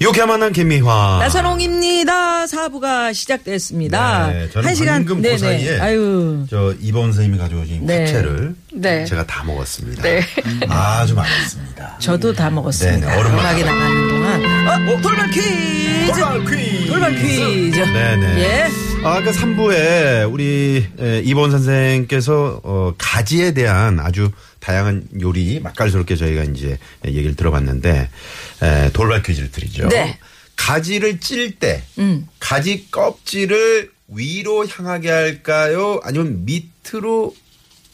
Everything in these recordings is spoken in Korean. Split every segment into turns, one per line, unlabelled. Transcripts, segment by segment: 이렇게 만난 김미화.
나선홍입니다. 사부가 시작됐습니다.
네, 저는 방금 그 사이에
아유.
저 이번 선생님이 가져오신
네.
화채를
네.
제가 다 먹었습니다. 아주 맛있습니다.
저도 다
네,
먹었습니다.
네, 얼음만
음악이 나가는 동안. 어, 돌발 퀴즈!
퀴즈.
돌발 퀴즈!
네네.
예.
아까 3부에 우리 에, 이번 선생께서 어, 가지에 대한 아주 다양한 요리 맛깔스럽게 저희가 이제 얘기를 들어봤는데 에, 돌발 퀴즈를 드리죠.
네. 음.
가지를 찔 때 가지 껍질을 위로 향하게 할까요? 아니면 밑으로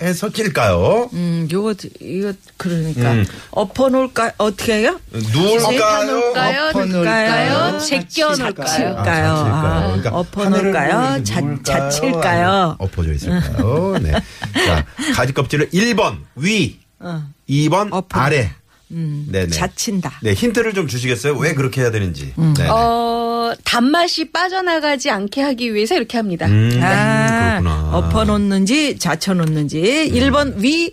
해서 찔까요?
음, 요거, 이거, 그러니까.
음.
엎어놓을까, 어떻게 해요?
누울까요?
엎어놓을까요?
제껴놓을까요?
칠까요? 아,
그러니까 아,
엎어놓을까요? 자, 자칠까요?
엎어져 있을까요? 네. 자, 가지 껍질을 1번 위, 2번
어. 엎어. 음,
아래. 네네.
자친다. 음.
네, 힌트를 좀 주시겠어요? 왜 그렇게 해야 되는지. 네네.
어, 단맛이 빠져나가지 않게 하기 위해서 이렇게 합니다.
음,
아,
그렇구나.
엎어놓는지, 자쳐놓는지. 1번 위,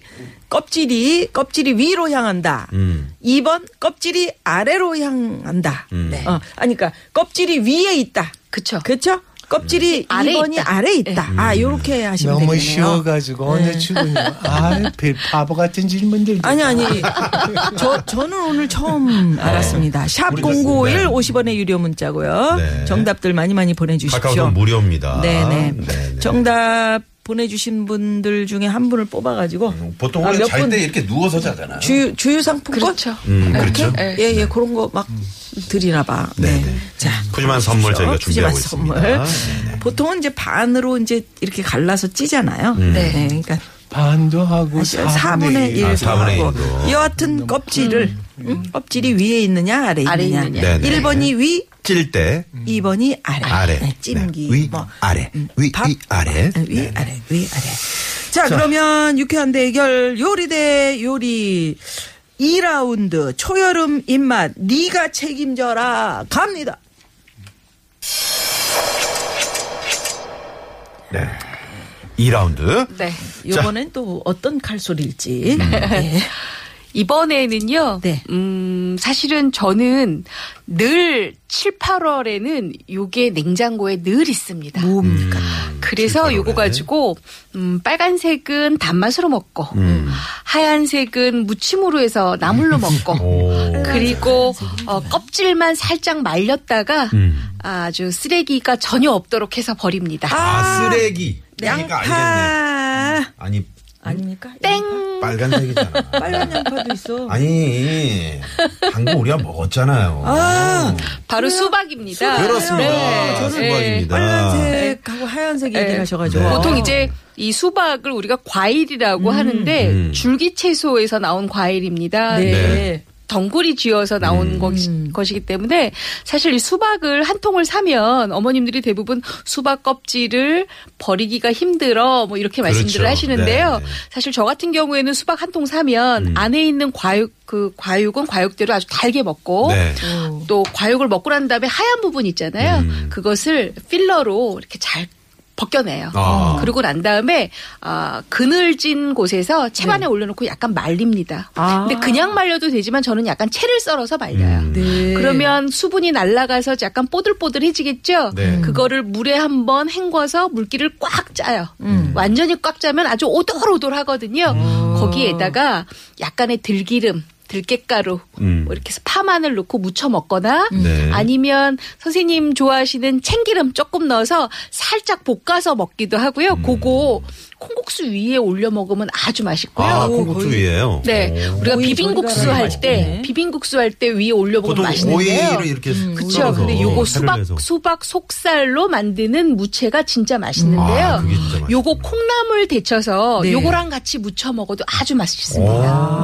껍질이, 껍질이 위로 향한다.
음.
2번 껍질이 아래로 향한다. 어, 아니, 그러니까 껍질이 위에 있다.
네. 그쵸. 음.
그쵸? 껍질이
아래에
2번이
있다.
아래에 있다. 아, 요렇게 하시면 되겠네요.
너무 쉬워가지고 오늘 출근이 뭐 네. 아 바보 같은 질문들
아니 아니 저 저는 오늘 처음 알았습니다. 샵
우리
0951
네.
50원의 유료 문자고요.
네.
정답들 많이 많이 보내 주십시오.
카카오톡 무료입니다.
네네.
아, 네네.
정답 보내주신 분들 중에 한 분을 뽑아가지고
보통
아,
원래
몇
잘
분?
때 이렇게 누워서 자잖아요.
주유 주유 상품권
그렇죠.
음, 그렇죠.
네.
예예 그런 거 막 드리나 봐. 네.
네네.
자
푸짐한 선물
보십시오.
저희가
푸짐한
준비하고
선물.
있습니다. 네네.
보통은 이제 반으로 이제 이렇게 갈라서 찌잖아요.
음.
네.
그러니까
반도 하고
4분의 1도
아, 4분의
하고
일도.
여하튼 껍질을 음, 껍질이 위에 있느냐 아래에
아래에
있느냐,
있느냐.
네네.
1번이 위
찔 때.
음. 2번이 아래,
아래.
네, 찜기
네. 위,
뭐.
아래.
음,
위,
밥.
위, 아래. 네.
아, 위 아래 위 아래 자, 그러면 유쾌한 대결 요리 대 요리 2라운드 초여름 입맛 네가 책임져라 갑니다
네. 2라운드.
네.
요번엔 또 어떤
음.
칼소리일지 네.
이번에는요,
네.
음, 사실은 저는 늘 7, 8월에는 요게 냉장고에 늘 있습니다.
뭡니까
음,
그래서 요거 가지고, 음, 빨간색은 단맛으로 먹고,
음.
하얀색은 무침으로 해서 나물로 먹고,
오.
그리고 어,
네.
껍질만 살짝 말렸다가
음.
아주 쓰레기가 전혀 없도록 해서 버립니다.
아, 쓰레기. 그러니까 알겠네.
네. 양파
아니,
아닙니까?
땡.
빨간색이잖아.
빨간 양파도 있어.
아. 아니, 방금 우리가 먹었잖아요.
아,
바로 수박입니다.
그렇습니다. 아,
네.
저는 수박입니다.
빨간색하고 하얀색
네.
얘기를 하셔가지고 어.
네.
보통 이제 이 수박을 우리가 과일이라고 하는데
음.
줄기 채소에서 나온 과일입니다.
네.
네. 음.
덩굴이 쥐어서 나온 것이, 것이기 때문에 사실 이 수박을 한 통을 사면 어머님들이 대부분 수박 껍질을 버리기가 힘들어 뭐 이렇게
그렇죠.
말씀들을 하시는데요.
네. 음.
사실 저 같은 경우에는 수박 한 통 사면 안에 있는 과육 그 과육은 과육대로 아주 달게 먹고
네.
또 과육을 먹고 난 다음에 하얀 부분 있잖아요.
음.
그것을 필러로 이렇게 잘 벗겨내요.
아.
그리고 난 다음에 아, 그늘진 곳에서
네.
채반에 올려놓고 약간 말립니다.
아.
근데 그냥 말려도 되지만 저는 약간 채를 썰어서 말려요.
음.
네.
그러면 수분이 날아가서 약간 뽀들뽀들해지겠죠.
네.
그거를 물에 한번 헹궈서 물기를 꽉 짜요.
음.
완전히 꽉 짜면 아주 오돌오돌하거든요. 거기에다가 약간의 들기름, 들깨가루,
음.
뭐 이렇게 해서 파마늘 넣고 무쳐 먹거나
네.
아니면
음.
선생님 좋아하시는 참기름 조금 넣어서 살짝 볶아서 먹기도 하고요. 그거 콩국수 위에 올려 먹으면 아주 맛있고요.
아, 콩국수 위에요. 어.
네,
오.
우리가
오이
비빔국수
절이라는
할 때 비빔국수 할 때 위에 올려 먹으면
보통
맛있는데요.
오이를 이렇게
그렇죠.
썰어서
근데 요거
회를
수박
내서.
수박 속살로 만드는 무채가 진짜 맛있는데요.
아, 그게 진짜 맛있구나.
요거 콩나물 데쳐서
네.
요거랑 같이 무쳐 먹어도 아주 맛있습니다.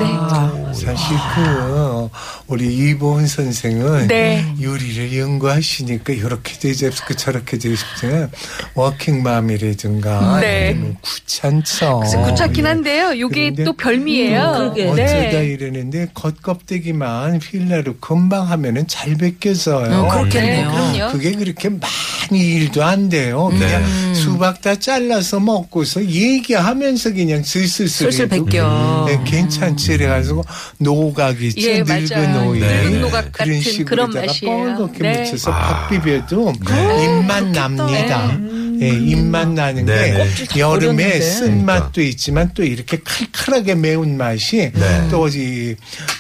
네.
아,
사실 그 우리 이보은 선생은
네.
요리를 연구하시니까 이렇게 되집고 저렇게 되집지는 워킹맘이라든가
네.
아니면 구찮죠.
그래서 구차긴 한데요. 요게
그런데
또 별미예요. 네.
음, 그러게.
아,
어쩌다 이러는데 겉껍데기만 필라로 금방 하면은 잘 벗겨져요.
어,
네,
그렇겠네요.
그럼요.
그게 그렇게 많이 일도 안 돼요. 그냥 수박 다 잘라서 먹고서 얘기하면서 그냥 슬슬슬
슬슬 벗겨.
네, 괜찮지 그래가지고 노각이죠
예,
늙은
맞아요.
오이
늙은
노각 같은
그런 식으로
그런
다가
맛이에요.
뻘겋게
네.
묻혀서
아.
밥 비벼도 입맛 납니다. 예, 입맛 나는
네, 네.
게 여름에
버렸는데.
쓴
그러니까.
맛도 있지만 또 이렇게 칼칼하게 매운 맛이
네.
또이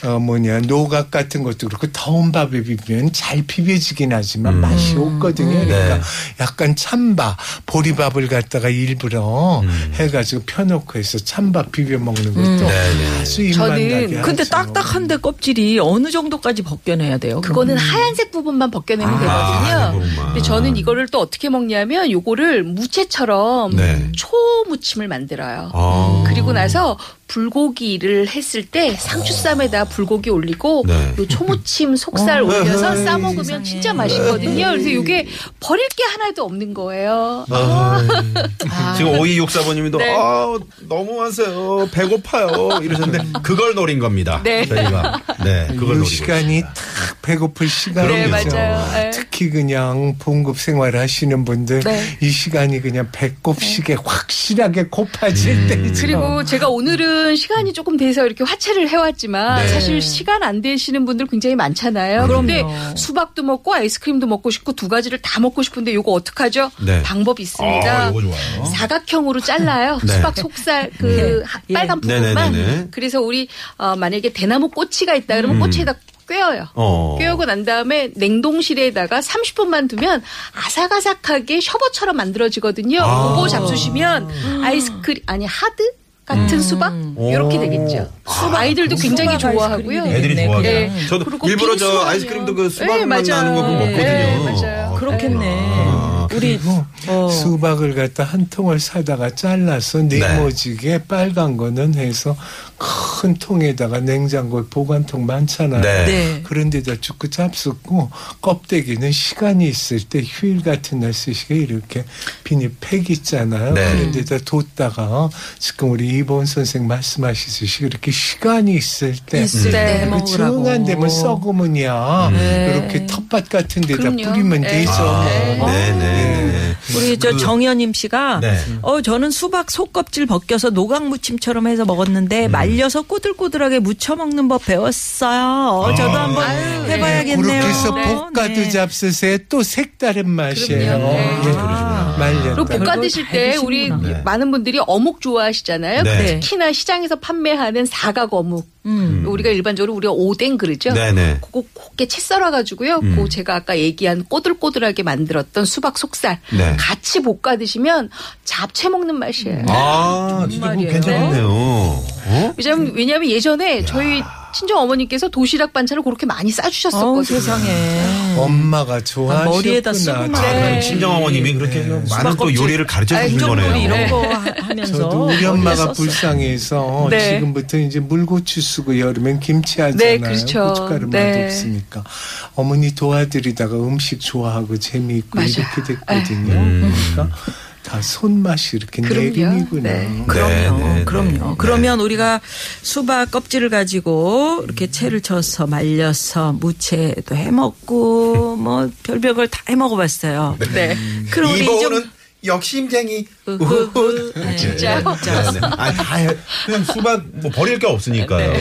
어, 뭐냐 노각 같은 것도 그렇고 더운 밥에 비비면 잘 비벼지긴 하지만 맛이 없거든요. 그러니까
음. 네.
약간 찬밥 보리밥을 갖다가 일부러 해가지고 펴놓고 해서 찬밥 비벼 먹는 것도
음. 네, 네.
아주 입맛
저는
나게
예, 근데
하죠.
딱딱한데 껍질이 어느 정도까지 벗겨내야 돼요?
그거는 하얀색 부분만 벗겨내면
음. 아, 하얀색
되거든요.
부분만.
근데 저는 이거를 또 어떻게 먹냐면 요거를 무채처럼
네.
초무침을 만들어요.
아.
그리고 나서 불고기를 했을 때 상추쌈에다 불고기 올리고
네. 어.
요 초무침 속살 올려서 싸 먹으면 진짜 맛있거든요. 그래서 요게 버릴 게 하나도 없는 거예요.
아. 지금 오이 육사모님도
네.
아 너무 하세요 배고파요 이러셨는데 그걸 노린 겁니다.
음. 네. 음,
저희가 네 그걸
요
노리고
아, 시간이
있습니다.
탁 배고플
네,
시간이죠.
맞아요. 네.
특히 그냥 봉급 생활 하시는 분들
네.
이 시간이 그냥 배꼽시계 확실하게 고파질 때죠.
네.
그리고 제가 오늘은 시간이 조금 돼서 이렇게 화채를 해왔지만
네.
사실 시간 안 되시는 분들 굉장히 많잖아요. 그런데 수박도 먹고 아이스크림도 먹고 싶고 두 가지를 다 먹고 싶은데 이거 어떡하죠?
네.
방법이 있습니다.
아, 요거 좋아요.
사각형으로 잘라요.
네.
수박 속살 그 하- 빨간
예.
부분만.
네네네네. 음.
그래서 우리 어, 만약에 대나무 꼬치가 있다 그러면 꼬치에다 꿰어요.
어.
꿰고 난 다음에 냉동실에다가 30분만 두면 아삭아삭하게 셔버처럼 만들어지거든요.
아.
그거 잡수시면 아이스크림 아니 하드 같은 수박 이렇게 되겠죠. 아이들도 굉장히
수박
좋아하고요.
아이스크림이
애들이
네,
좋아하게.
네.
저도
그리고
일부러 저
빙수하면-
아이스크림도 그
네,
수박 맛
맞아요.
나는 거 그거 먹거든요.
네, 맞아요.
아,
그렇겠네.
그렇구나. 아,
우리
그리고
어.
수박을 갖다 한 통을 사다가 잘라서 네모지게 빨간 거는 해서 큰 통에다가 냉장고에 보관통 많잖아요.
네.
네.
그런데다 죽고 잡수고 껍데기는 시간이 있을 때 휴일 같은 날 쓰시게 이렇게 비닐팩 있잖아요.
네.
그런데다 뒀다가 어, 지금 우리 이본 선생 말씀하시듯이 이렇게 시간이 있을 때
있을 때
그
먹으라고. 네.
정한 데면 썩으면야 이렇게 텃밭 같은 데다
그럼요.
뿌리면
네.
되죠.
아,
네네.
그,
우리 저 정현임 씨가
네.
어 저는 수박 속껍질 벗겨서 노각 무침처럼 해서 먹었는데
음.
말려서 꼬들꼬들하게 무쳐 먹는 법 배웠어요. 어, 저도 한번 해봐야겠네요.
아. 예. 그렇게 해서
네.
볶아도
네.
잡수세요. 또 색다른 맛이에요.
그럼요. 네.
예.
아.
그리고
말렸다.
볶아 드실 때
잘
우리
드시는구나. 네.
많은 분들이 어묵 좋아하시잖아요.
네.
특히나 시장에서 판매하는 사각 어묵. 우리가 일반적으로 우리가 오뎅 그러죠.
음. 네네. 음.
그거 곱게 채 썰어가지고요. 그 제가 아까 얘기한 꼬들꼬들하게 만들었던 수박 속살
네.
같이 볶아 드시면 잡채 먹는 맛이에요.
아 진짜 그거
정말이에요.
괜찮겠네요. 어?
왜냐면 왜냐면 예전에 저희 친정 어머니께서 도시락 반찬을 그렇게 많이
네. 어우,
싸주셨었거든요.
세상에.
네. 엄마가 좋아하시구나.
머리에다 쓰고
저는
아, 친정 어머님이 그렇게 많은 또
수박껍질.
요리를 가르쳐 주신
인정놀이
거네요.
이런
네.
거 하- 하면서
저도 우리 엄마가
어렸었어요.
불쌍해서
네.
지금부터 이제 물고추 쓰고 여름엔 김치 하잖아요.
네, 그렇죠.
고춧가루
네.
맛 없으니까 어머니 도와드리다가 음식 좋아하고 재미있고
맞아요.
이렇게 됐거든요. 그러니까 다 손맛이 이렇게
그럼요.
내림이구나.
네.
그럼요.
네, 네,
그럼요.
네.
그러면 우리가 수박 껍질을 가지고 이렇게 채를 쳐서 말려서 무채도 해 먹고 뭐 별별 걸 다 해 먹어 봤어요.
네.
그럼 우리
이거는
좀
역심쟁이.
으흐흐. 네,
진짜.
진짜.
아다 그냥 수박 뭐 버릴 게 없으니까요.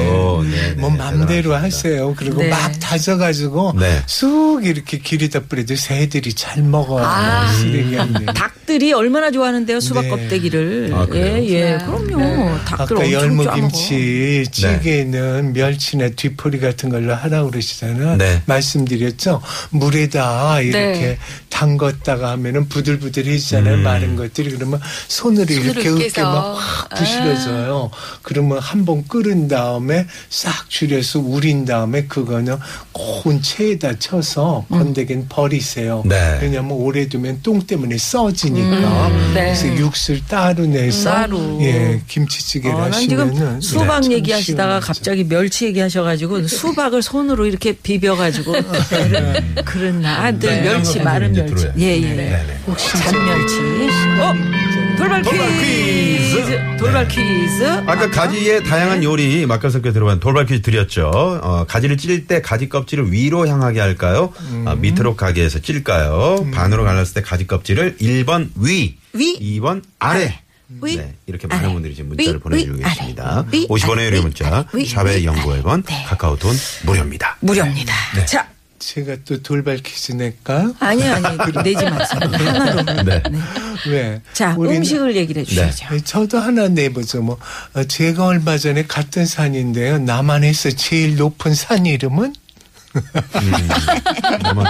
네. 네,
뭐
네,
맘대로
대단하십니다.
하세요. 그리고
네.
막 다져가지고
네.
쑥 이렇게 길이다 뿌려도 새들이 잘 먹어요.
아.
쓰레기 안 돼요.
닭들이 얼마나 좋아하는데요, 수박
네.
껍데기를.
아, 그래요?
예, 예. 그럼요. 닭들
아까
엄청 좋아 먹어.
열무김치
네.
찌개는 멸치나 뒤포리 같은 걸로 하라고 그러시잖아요.
네.
말씀드렸죠. 물에다 이렇게
네.
담궜다가 하면은 부들부들해지잖아요. 있잖아요.
음.
마른 것들이 그러면 손으로 이렇게
손으로
으깨
으깨서.
막확 부실어져요. 그러면 한 번 끓은 다음에 싹 줄여서 우린 다음에 그거는 고운 체에다 쳐서 건더기는 버리세요.
네.
왜냐하면 오래 두면 똥 때문에 써지니까.
음, 네.
그래서 육수를 따로 내서
따로.
예 김치찌개를
어, 난
하시면은 네.
지금 수박
참
얘기하시다가
시원하죠.
갑자기 멸치 얘기하셔가지고 수박을 손으로 이렇게 비벼가지고 그런 나 아, 네,
네,
멸치
이런
마른
거 이제
멸치
들어요.
예예
네네.
혹시 잔멸치 어 돌발
돌발
퀴즈
퀴즈.
돌발 퀴즈
아까 가지의
네.
다양한 요리 맛깔 섞여 들어간 돌발 퀴즈 드렸죠. 어, 가지를 찔 때 가지 껍질을 위로 향하게 할까요?
음.
아, 밑으로 가게 해서 찔까요? 반으로 갈랐을 때 가지 껍질을 1번 위,
위,
2번 아래.
위,
네, 이렇게 많은
아래.
분들이 지금 문자를
위,
보내주고
위,
계십니다.
아래. 위,
50원의
아래.
유료
위,
문자,
아래. 위,
샵의
위,
영구
아래.
1번,
네.
카카오돈 무료입니다.
무료입니다 자
제가 또 돌발 퀴즈 낼까?
아니 아니 내지 마세요 하나로
네.
왜?
자
우리는-
음식을 얘기를 해주시죠
네, 저도 하나 내보죠. 뭐 어, 제가 얼마 전에 갔던 산인데요. 남한에서 제일 높은 산 이름은
그러면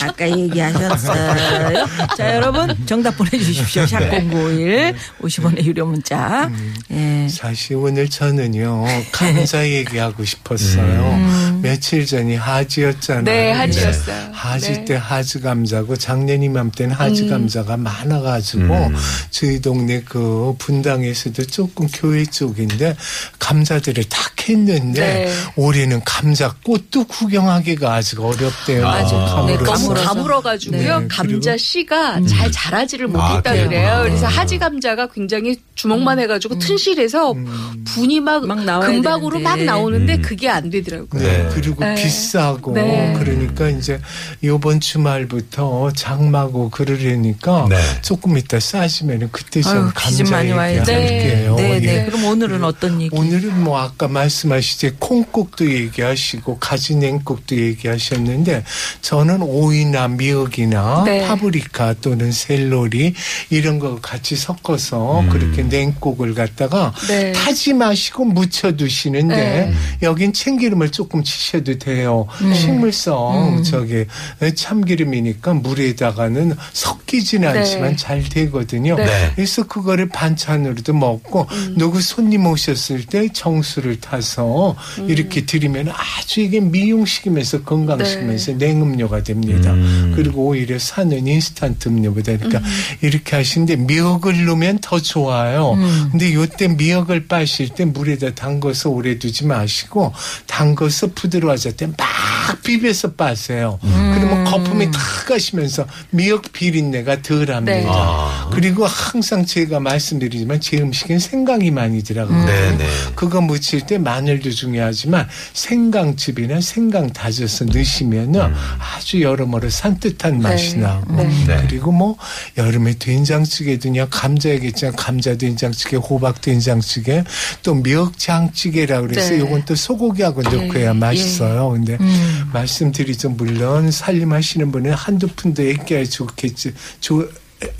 아까 얘기하셨어요. 자, 여러분, 정답 보내주십시오. 샵051 50원의 유료 문자.
네.
예.
사실 오늘 저는요 감자 얘기하고 싶었어요. 며칠 전이 하지였잖아요.
음.
예.
네, 하지였어요.
하지
네. 음.
때 하지 감자고 작년 이맘때는 하지 감자가 많아가지고 저희 동네 그 분당에서도 조금 교회 쪽인데 감자들을 다 캤는데
네.
올해는 감자 꽃도 구경하기가 아직 어렵대요.
맞아요. 네, 너무
가물어서.
가물어가지고요.
네,
감자 씨가 잘 자라지를 못했다
그래요?
그래요.
아.
그래서 하지 감자가 굉장히 주먹만 해가지고 튼실해서 분이 막,
막 나와야
금박으로 막
되는데.
나오는데 그게 안 되더라고요.
네.
네.
그리고
네.
비싸고
네.
그러니까 이제 요번 주말부터 장마고 그러려니까
네.
조금 이따 싸시면은 그때 좀
아유, 기준
감자
많이 와야죠.
얘기할게요.
네,
예.
네. 그럼 오늘은 어떤 얘기?
오늘은 뭐 아까 말씀하시지 콩국도 얘기하시고 가지냉국도 얘기하셨는데 저는 오이나 미역이나
네.
파브리카 또는 샐러리 이런 거 같이 섞어서 그렇게 냉국을 갖다가
네.
타지 마시고 무쳐 두시는데
네.
여긴 참기름을 조금 치셔도 돼요. 식물성
음.
저기 참기름이니까 물에다가는 섞이진 않지만
네.
잘 되거든요.
네.
그래서 그거를 반찬으로도 먹고 누구 손님 오셨을 때 정수를 타서 이렇게 드리면 아주 이게 미용식이면서 건강식이면서 네. 냉음료가 됩니다. 그리고 오히려 사는 인스턴트 음료보다 그러니까 이렇게 하시는데 미역을 넣으면 더 좋아요. 근데 요때 미역을 빠실 때 물에다 담궈서 오래 두지 마시고 담궈서 부드러워질 때 막 비벼서 빠세요. 그러면 거품이 다 가시면서 미역 비린내가 덜합니다.
네.
그리고 항상 제가 말씀드리지만 제 음식엔 생강이 많이 들어가요.
음.
네, 네.
그거 무칠 때 마늘도 중요하지만 생강즙이나 생강 다져서 넣으시면은 아주 여러모로 산뜻한 맛이 나고
네.
그리고 뭐 여름에 된장찌개도 그냥 감자 얘기했지만 감자 된장찌개, 호박 된장찌개 또 미역장찌개라 그래서
네. 예. 음.
요건 또 소고기하고 넣고 해야 맛있어요. 근데 말씀드리죠. 물론 살림하시는 분은 한두 푼도 아껴야 좋겠지. 조,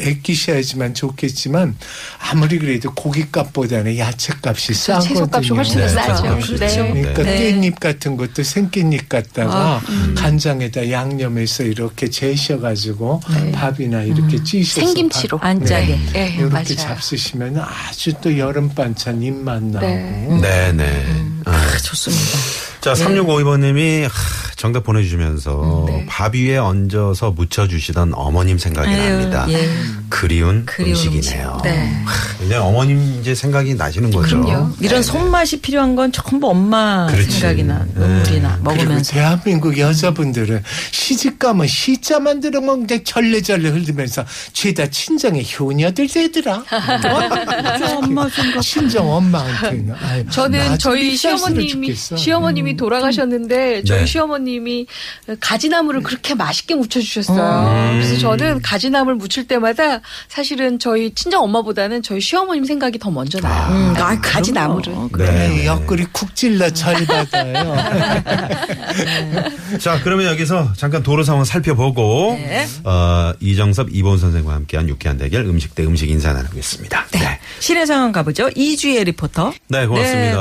아끼셔야지만 좋겠지만 아무리 그래도 고기값보다는 야채값이
그렇죠.
싸거든요.
채소값이 훨씬 더
네,
싸죠.
채소값이
네.
그렇죠.
아, 그러니까
네. 아, 음.
깻잎 같은 것도 생깻잎 같다가 간장에다 양념해서 이렇게 제셔가지고 밥이나 이렇게
네.
찌셔서
음. 생김치로.
밥-
안 짜게.
네,
이렇게
맞아요.
잡수시면 아주 또 여름 반찬 입맛 나고
네.
음.
네, 네. 아,
아, 좋습니다.
자,
네.
3652번님이 정답
음,
보내주시면서
네.
밥 위에 얹어서 무쳐주시던 어머님 생각이 납니다.
예.
그리운,
그리운
음식이네요.
음식. 네.
하, 이제 어머님 이제 생각이 나시는 거죠. 네.
그럼요.
이런 손맛이 필요한 건 전부 엄마
그렇지. 네.
생각이나 눈물이나
그리고
먹으면서.
대한민국 여자분들은 시집가면 시자만 들으면 그냥 절레절레 흘리면서 죄다 친정의 효녀들 되더라. 어?
엄마 생각.
친정 엄마한테는. 아유, 나
저는
좀
저희
비쌀 수는
시어머님이
죽겠어.
시어머님이 돌아가셨는데 저희
네.
시어머님이 가지나물을 그렇게 맛있게 무쳐 주셨어요. 그래서 저는 가지나물 무칠 때마다 사실은 저희 친정 엄마보다는 저희 시어머님 생각이 더 먼저 나요.
음, 아,
가지나물을.
그럼요.
네.
옆구리 쿡 찔러 절 받아요.
자, 그러면 여기서 잠깐 도로 상황 살펴보고, 어, 이정섭, 이본 선생과 함께한 유쾌한 대결 음식 대 음식 인사 나누겠습니다. 네. 네.
실내 상황 가보죠. 이주혜 리포터.
고맙습니다.
네,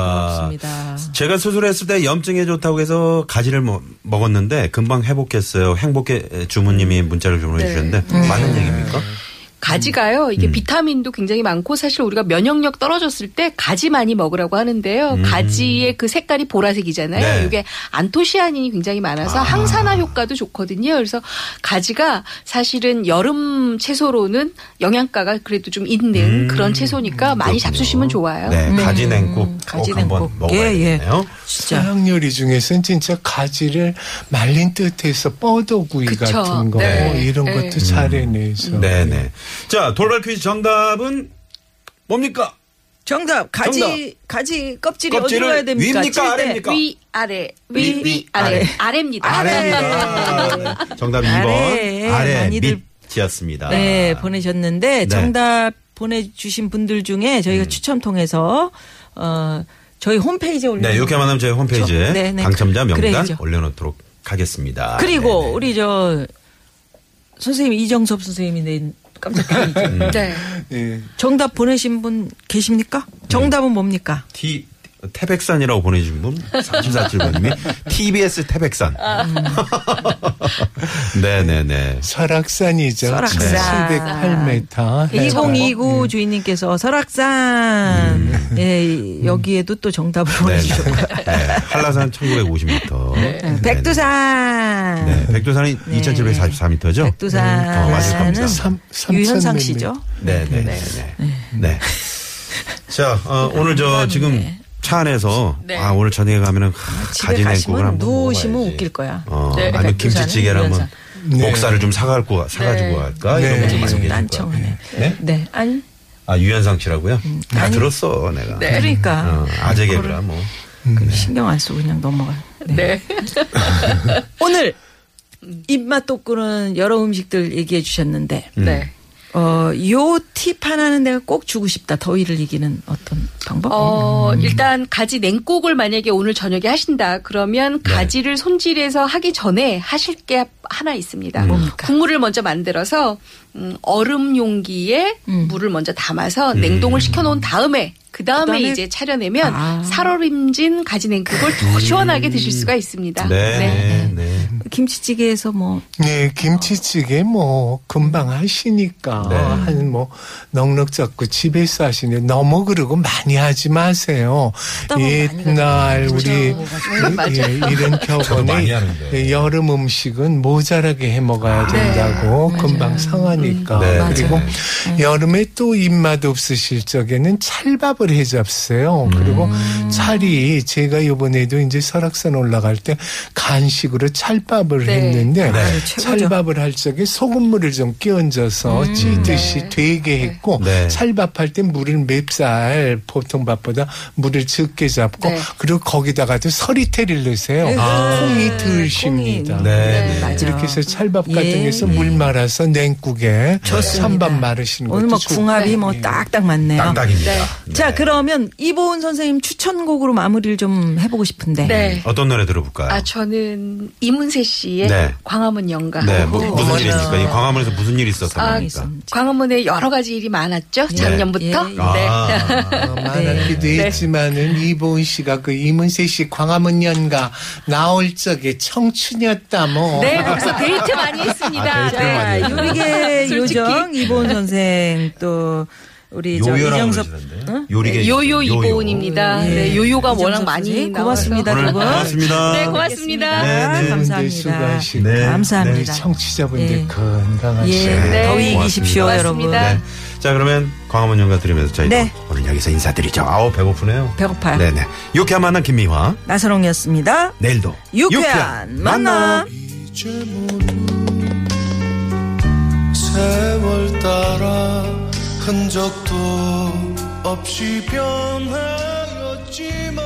고맙습니다.
제가 수술했을 때 염증에 좋다고 해서 가지를 먹- 먹었는데 금방 회복했어요. 행복해 주부님이 문자를 보내주셨는데 맞는 얘기입니까?
가지가요. 이게 비타민도 굉장히 많고 사실 우리가 면역력 떨어졌을 때 가지 많이 먹으라고 하는데요. 가지의 그 색깔이 보라색이잖아요.
네.
이게 안토시아닌이 굉장히 많아서 항산화 효과도 좋거든요. 그래서 가지가 사실은 여름 채소로는 영양가가 그래도 좀 있는 음. 그런 채소니까 많이 잡수시면 좋아요.
네, 가지 냉국 꼭 한번
가지냉국.
먹어야겠네요.
진짜.
서양 요리 중에서는 진짜 가지를 말린 뜻에서 뻐도구이
그쵸.
같은 거뭐
네.
이런
네.
것도 잘 해내서
네, 네. 자, 돌발 퀴즈 정답은 뭡니까?
정답 가지
정답.
가지 껍질이
껍질을
어디로 가야 됩니까?
위입니까?
찔 때.
아래입니까?
위 아래
위,
위
위,
위 아래 아래입니다.
아래입니다. 네, 정답 2번.
아래.
아래,
많이들-
밑이었습니다.
네, 보내셨는데
네. 음.
정답 보내주신 분들 중에 저희가 추첨 통해서 어 저희 홈페이지에 올려.
네, 이렇게 만나면 저희 홈페이지에
저- 네, 네.
당첨자 명단
그래야죠.
올려놓도록 하겠습니다.
그리고
네, 네.
우리 저 선생님 이정섭 선생님인데 깜짝 놀랐죠.
네.
예.
정답 보내신 분 계십니까? 정답은 뭡니까?
T 태백산이라고 보내주신 분 3477번님이 TBS 태백산.
아.
네네네.
설악산이죠.
설악산. 네.
708m.
네.
2029 주인님께서 설악산
음.
예, 여기에도 또
네,
정답을 보내주셨고 네,
한라산 1950m.
백두산
네, 백두산이 2744m죠?
백두산은
어, 맞을 겁니다.
유현상 씨죠?
네네네. 네. 네. 자, 어, 오늘 저 지금 차 안에서 아 오늘 저녁에 가면은
집에
가지냉국을
가시면
한번
누우시면
먹어야지.
웃길 거야.
어,
네,
아니면
백두산은
김치찌개를 한번
유연상.
네.
목살을 좀 사갈고 가- 사가지고 갈까 이런
네.
것도 많이 얘기해 줄 거야.
난청하네.
네?
네, 아니
아 유현상 씨라고요? 다 들었어 내가.
그러니까
어, 아재 개그라 뭐.
신경 안 쓰고 그냥 넘어가. 네. 오늘 입맛 돋구는 여러 음식들 얘기해 주셨는데
네.
어, 요 팁 하나는 내가 꼭 주고 싶다. 더위를 이기는 어떤 방법?
어, 일단 가지 냉국을 만약에 오늘 저녁에 하신다. 그러면 가지를 손질해서 하기 전에 하실 게 하나 있습니다. 국물을 먼저 만들어서 음, 얼음 용기에 물을 먼저 담아서 냉동을 시켜 놓은 다음에 그 다음에
그다음에-
이제 차려내면
아.
살얼음진 가지 냉국을 더 시원하게 드실 수가 있습니다.
네네네.
음. 김치찌개에서 뭐
네, 김치찌개 뭐 금방 하시니까
네.
한 뭐 넉넉 잡고 집에서 하시네. 너무 그러고 많이 하지 마세요.
하다 보면 많이
옛날
가죠.
우리
맞아요.
예, 이런
저도 많이
격언에
하는데.
예, 여름 음식은 모자라게 해 먹어야 된다고 금방 상하니까.
네, 맞아요.
그리고 여름에 또 입맛 없으실 적에는 찰밥을 해 잡세요. 그리고 찰이 제가 요번에도 이제 설악산 올라갈 때 간식으로 찰밥을
네.
했는데
네.
최고죠.
찰밥을 할 적에 소금물을 좀 끼얹어서
음.
찌듯이
네.
되게 했고
네.
찰밥할 때 물을 맵쌀 보통 밥보다 물을 적게 잡고
네.
그리고 거기다가도 서리태를 넣으세요. 콩이 들십니다.
콩이.
네, 음. 네.
맞아.
이렇게 해서 찰밥 같은
예.
데서 물 말아서 냉국에
좋습니다.
찬밥 마르시는 것도
오늘 뭐
좋고.
궁합이 뭐 딱딱 맞네요.
딱딱입니다.
네.
네.
자, 그러면 이보은 선생님 추천곡으로 마무리를 좀 해보고 싶은데.
네.
어떤 노래 들어볼까요?
아, 저는 이문세 씨의
네.
광화문 연가.
네, 뭐, 무슨 일입니까? 이 광화문에서 무슨 일이
아,
있었단 말입니까?
광화문에 여러 가지 일이 많았죠. 작년부터.
예.
네.
아,
어, 많았기도
네.
했지만은 이보은 씨가 그 이문세 씨 광화문 연가 나올 적에 청춘이었다 뭐.
네, 거기서 데이트 많이 했습니다.
아, 데이트를
네.
많이 했어요.
요리계
솔직히.
요정 이보은 선생 또 우리 저
요요라고
이정섭
그러시던데. 요리계
네, 요요 이보은입니다.
예.
네, 요요가 워낙
이정섭
많이
선생님,
나와서.
고맙습니다.
오늘
여러분.
고맙습니다.
네, 고맙습니다.
네, 네.
아, 감사합니다.
수고하시고.
네.
우리
감사합니다.
청취자분들
예.
건강하시고.
예,
네.
더위 이기십시오,
고맙습니다.
여러분.
고맙습니다.
네. 자, 그러면 광화문 연가 들으면서 저희
네.
네. 오늘 여기서 인사드리죠. 아우, 배고프네요.
배고파요.
네네. 유쾌한 만남 김미화.
나선홍이었습니다.
내일도
유쾌한 만남.
이제 모른 세월 따라 흔적도 없이 변하였지만